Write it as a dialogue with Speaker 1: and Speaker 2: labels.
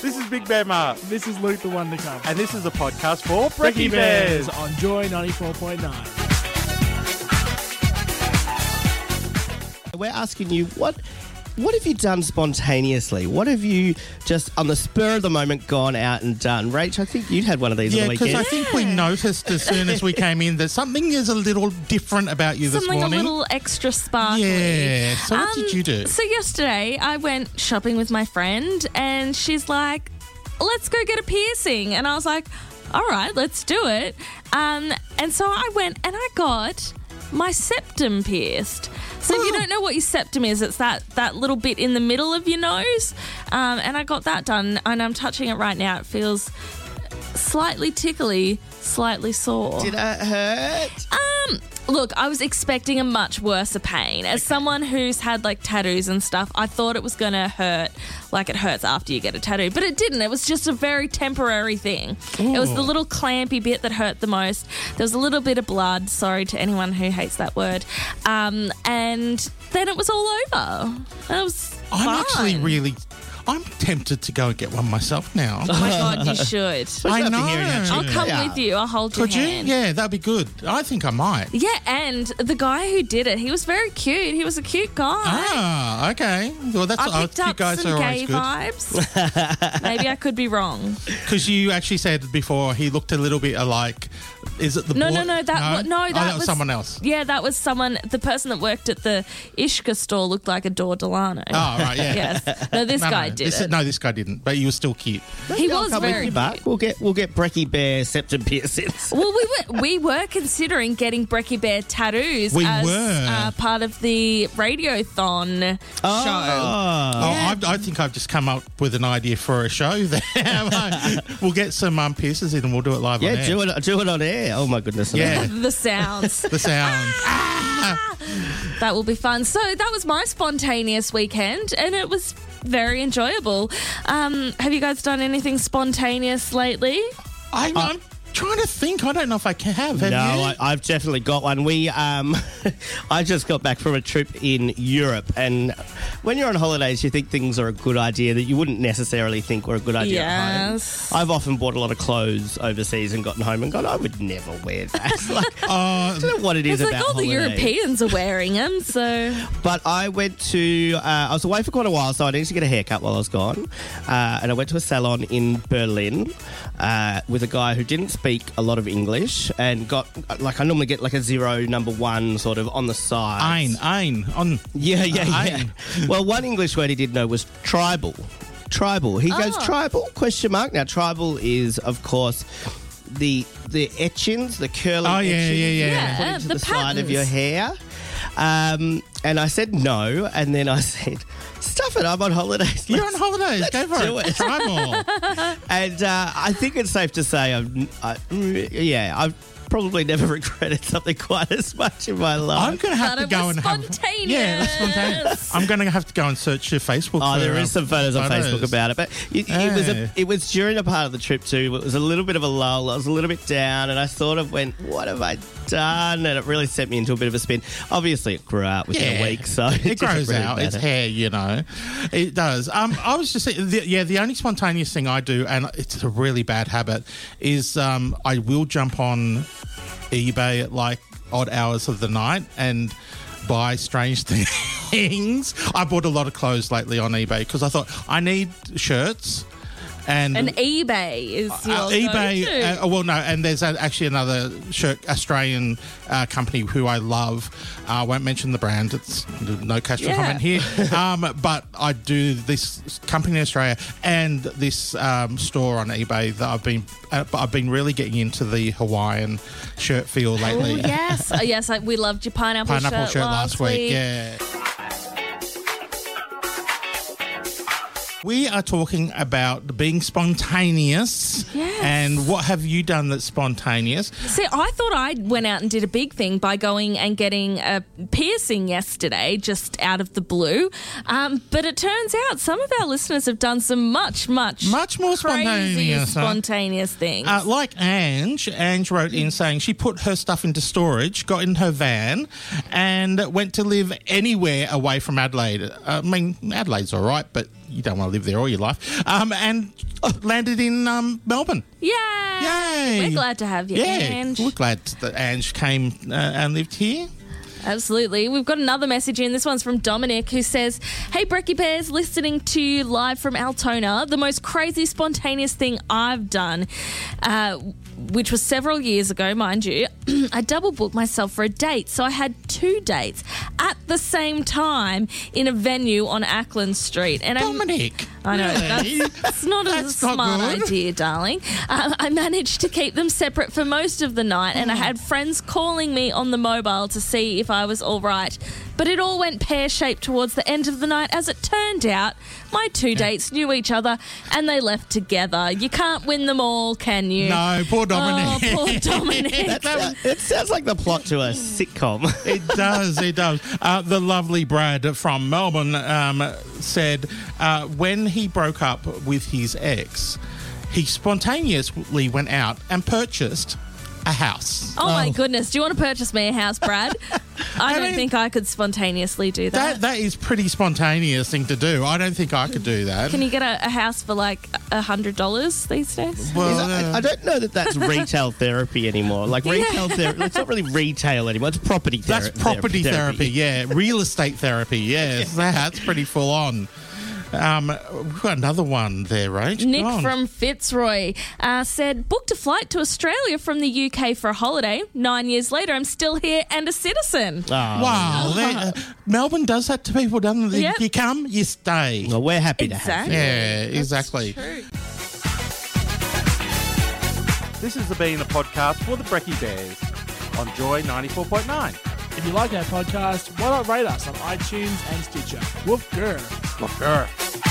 Speaker 1: This is Big Bear Mark,
Speaker 2: This is Luke the One to Come.
Speaker 1: and this is a podcast for Brekkie Bears.
Speaker 2: on Joy 94.9.
Speaker 3: We're asking you what what have you done spontaneously? What have you just on the spur of the moment gone out and done? Rach, I think you had one of these
Speaker 1: Yeah,
Speaker 3: on the
Speaker 1: because
Speaker 3: weekend.
Speaker 1: I think we noticed as soon as we came in that something is a little different about you this
Speaker 4: Something
Speaker 1: morning.
Speaker 4: a little extra sparkly.
Speaker 1: Yeah. So what did
Speaker 4: Um,
Speaker 1: you do?
Speaker 4: So yesterday I went shopping with my friend and she's like, let's go get a piercing. And I was like, all right, let's do it. Um, and so I went and I got my septum pierced. So
Speaker 1: Oh.
Speaker 4: if you don't know what your septum is, it's that, that little bit in the middle of your nose. Um, and I got that done and I'm touching it right now. It feels slightly tickly, slightly sore.
Speaker 3: Did it hurt?
Speaker 4: Um, look, I was expecting a much worse pain. As someone who's had like tattoos and stuff, I thought it was going to hurt like it hurts after you get a tattoo, but it didn't. It was just a very temporary thing. It was the little clampy bit that hurt the most. There was a little bit of blood, sorry to anyone who hates that word. Um, and then it was all over. And it was
Speaker 1: I'm actually
Speaker 4: fine.
Speaker 1: really, I'm tempted to go and get one myself now.
Speaker 4: Oh my god, you should.
Speaker 1: I
Speaker 3: I'd love to
Speaker 1: know.
Speaker 3: hear it, actually.
Speaker 4: I'll come
Speaker 3: Yeah.
Speaker 4: with you. I'll hold
Speaker 1: Could
Speaker 4: your
Speaker 1: you?
Speaker 4: hand.
Speaker 1: Yeah, that'd be good. I think I might.
Speaker 4: Yeah, and the guy who did it, he was very cute. He was a cute guy.
Speaker 1: Ah, okay. Well, that's
Speaker 4: I picked
Speaker 1: oh, you
Speaker 4: up
Speaker 1: guys
Speaker 4: some
Speaker 1: are always
Speaker 4: gay
Speaker 1: good
Speaker 4: vibes. Maybe I could be wrong.
Speaker 1: because you actually said before he looked a little bit alike. Is it the
Speaker 4: No,
Speaker 1: boy?
Speaker 4: no, no. That wa- no,
Speaker 1: Oh,
Speaker 4: that,
Speaker 1: was, someone else.
Speaker 4: Yeah, that was someone. The person that worked at the Ishka store looked like Adore Delano.
Speaker 1: Oh, right, yeah.
Speaker 4: yes. No, this
Speaker 1: No,
Speaker 4: guy
Speaker 1: no,
Speaker 4: did
Speaker 1: this-
Speaker 4: it.
Speaker 1: No, this guy didn't. But you were still cute.
Speaker 4: he
Speaker 3: I'll
Speaker 4: was
Speaker 3: come
Speaker 4: very.
Speaker 3: with you, Mark.
Speaker 4: cute.
Speaker 3: We'll get we'll get Brecky Bear septum piercings.
Speaker 4: Well, we were we were considering getting Brecky Bear tattoos
Speaker 1: We
Speaker 4: as
Speaker 1: were.
Speaker 4: Uh, part of the radiothon show.
Speaker 3: Oh.
Speaker 1: Oh, I've, I think I've just come up with an idea for a show. There, we'll get some um, pierces in and we'll do it live. on
Speaker 3: Yeah,
Speaker 1: air.
Speaker 3: do it do it on air. Oh my goodness.
Speaker 1: Oh, Yeah,
Speaker 4: The sounds.
Speaker 1: the sound.
Speaker 4: That will be fun. So that was my spontaneous weekend, and it was very enjoyable. Um, have you guys done anything spontaneous lately?
Speaker 1: I'm, I'm trying to think. I don't know if I can have. Have
Speaker 3: No,
Speaker 1: you?
Speaker 3: I, I've definitely got one. We, um, I just got back from a trip in Europe, and when you're on holidays, you think things are a good idea that you wouldn't necessarily think were a good idea. at home.
Speaker 4: Yes.
Speaker 3: I've often bought a lot of clothes overseas and gotten home and gone, I would never wear that. like, I
Speaker 1: Uh,
Speaker 3: don't know what it is
Speaker 4: Oh, It's like
Speaker 3: about
Speaker 4: all the
Speaker 3: holidays.
Speaker 4: Europeans are wearing them, so
Speaker 3: But I went to, uh, I was away for quite a while, so I needed to get a haircut while I was gone. Uh, and I went to a salon in Berlin uh, with a guy who didn't speak a lot of English and got, uh, like, I normally get like a zero, number one sort of on the side.
Speaker 1: ein, ein, on.
Speaker 3: Yeah, yeah, yeah.
Speaker 1: Ein.
Speaker 3: well, one English word he did know was tribal. Tribal. He goes
Speaker 1: Ah.
Speaker 4: Oh.
Speaker 3: tribal question mark. Now tribal is of course the the etchings, the curly
Speaker 1: Oh, yeah,
Speaker 3: etchings
Speaker 1: yeah,
Speaker 3: you
Speaker 1: yeah.
Speaker 3: put
Speaker 4: Yeah, uh,
Speaker 3: into
Speaker 4: the
Speaker 3: the, side of
Speaker 4: patterns.
Speaker 3: your hair. Um, and I said no, and then I said, "Stuff it! I'm on holidays."
Speaker 1: You're on
Speaker 3: Let's
Speaker 1: holidays. Go for
Speaker 3: do
Speaker 1: it.
Speaker 3: it.
Speaker 1: Tribal.
Speaker 3: and uh, I think it's safe to say, I've, I, yeah, I've probably never regretted something quite as much in my life.
Speaker 1: I'm gonna have
Speaker 4: But
Speaker 1: to
Speaker 4: it
Speaker 1: go
Speaker 4: was
Speaker 1: and have. Yeah, that's spontaneous.
Speaker 4: spontaneous.
Speaker 1: I'm gonna have to go and search your Facebook.
Speaker 3: Oh,
Speaker 1: for,
Speaker 3: there
Speaker 1: um,
Speaker 3: is some photos on
Speaker 1: photos.
Speaker 3: Facebook about it, but it, it was
Speaker 1: Hey.
Speaker 3: a, it was during a part of the trip too. It was a little bit of a lull. I was a little bit down, and I sort of went, "What have I done?" And it really set me into a bit of a spin. Obviously, it grew out within
Speaker 1: Yeah.
Speaker 3: a week, so
Speaker 1: It
Speaker 3: didn't
Speaker 1: grows
Speaker 3: really
Speaker 1: out. It's
Speaker 3: matter.
Speaker 1: hair, you know. It does. Um, I was just saying, the, yeah, the only spontaneous thing I do, and it's a really bad habit, is um, I will jump on eBay at like odd hours of the night and buy strange things. I bought a lot of clothes lately on eBay because I thought I need shirts. And
Speaker 4: an eBay is your
Speaker 1: uh, eBay.
Speaker 4: go-to.
Speaker 1: Uh, well, no, and there's a, actually another shirt Australian uh, company who I love. Uh, I won't mention the brand. It's no cash for
Speaker 4: Yeah.
Speaker 1: comment here. um, but I do this company in Australia and this um, store on eBay that I've been. Uh, but I've been really getting into the Hawaiian shirt feel
Speaker 4: Oh
Speaker 1: lately.
Speaker 4: yes, oh, yes. Like, we loved your pineapple,
Speaker 1: Pineapple shirt, last week. Yeah. We are talking about being spontaneous.
Speaker 4: Yes.
Speaker 1: And what have you done that's spontaneous?
Speaker 4: See, I thought I went out and did a big thing by going and getting a piercing yesterday, just out of the blue. Um, but it turns out some of our listeners have done some much, much,
Speaker 1: Much more
Speaker 4: crazy,
Speaker 1: spontaneous. huh?
Speaker 4: spontaneous things.
Speaker 1: Uh, like Ange, Ange wrote in saying she put her stuff into storage, got in her van, and went to live anywhere away from Adelaide. I mean, Uh, Adelaide's all right, but you don't want to live there all your life. Um, and landed in um, Melbourne.
Speaker 4: Yay!
Speaker 1: Yay!
Speaker 4: We're glad to have you,
Speaker 1: Yeah,
Speaker 4: Ange.
Speaker 1: we're glad that Ange came uh, and lived here.
Speaker 4: Absolutely. We've got another message in. This one's from Dominic who says, Hey, Brekkie Bears, listening to you live from Altona. The most crazy, spontaneous thing I've done, uh, which was several years ago, mind you, I double booked myself for a date. So I had two dates at the same time in a venue on Ackland Street. And I
Speaker 1: Dominic.
Speaker 4: I know.
Speaker 1: Really?
Speaker 4: That's, that's not
Speaker 1: That's
Speaker 4: a
Speaker 1: not
Speaker 4: smart
Speaker 1: good.
Speaker 4: idea, darling. Um, I managed to keep them separate for most of the night,
Speaker 1: Mm.
Speaker 4: and I had friends calling me on the mobile to see if I was all right. But it all went pear shaped towards the end of the night. As it turned out, my two dates knew each other and they left together. You can't win them all, can you?
Speaker 1: No, poor
Speaker 4: Oh,
Speaker 1: Dominic.
Speaker 4: poor Dominic.
Speaker 3: That- it sounds like the plot to a sitcom.
Speaker 1: It does, it does. Uh, the lovely Brad from Melbourne um, said uh, when he broke up with his ex, he spontaneously went out and purchased a house.
Speaker 4: Oh my goodness! Do you want to purchase me a house, Brad? I don't
Speaker 1: mean-
Speaker 4: think I could spontaneously do
Speaker 1: That that is pretty spontaneous thing to do. I don't think I could do that.
Speaker 4: Can you get a, a house for like a hundred dollars these days?
Speaker 1: well, uh,
Speaker 3: I, I don't know that that's retail therapy anymore. Like retail therapy, it's not really retail anymore. It's property
Speaker 1: that's
Speaker 3: therapy.
Speaker 1: property therapy. yeah. Real estate therapy, yes. That's pretty full on. Um, we've got another one there, right?
Speaker 4: Nick from Fitzroy uh, said, booked a flight to Australia from the UK for a holiday. Nine years later, I'm still here and a citizen.
Speaker 3: Ah,
Speaker 1: Wow, they- uh, Melbourne does that to people, doesn't it?
Speaker 4: Yep.
Speaker 1: You come, you stay.
Speaker 3: Well, we're happy to have
Speaker 4: Exactly.
Speaker 3: you.
Speaker 1: Yeah, exactly.
Speaker 4: True.
Speaker 5: This has been a podcast for the Brekkie Bears on Joy 94.9.
Speaker 2: If you like our podcast, why not rate us on iTunes and Stitcher? Woof grr.
Speaker 5: Sure.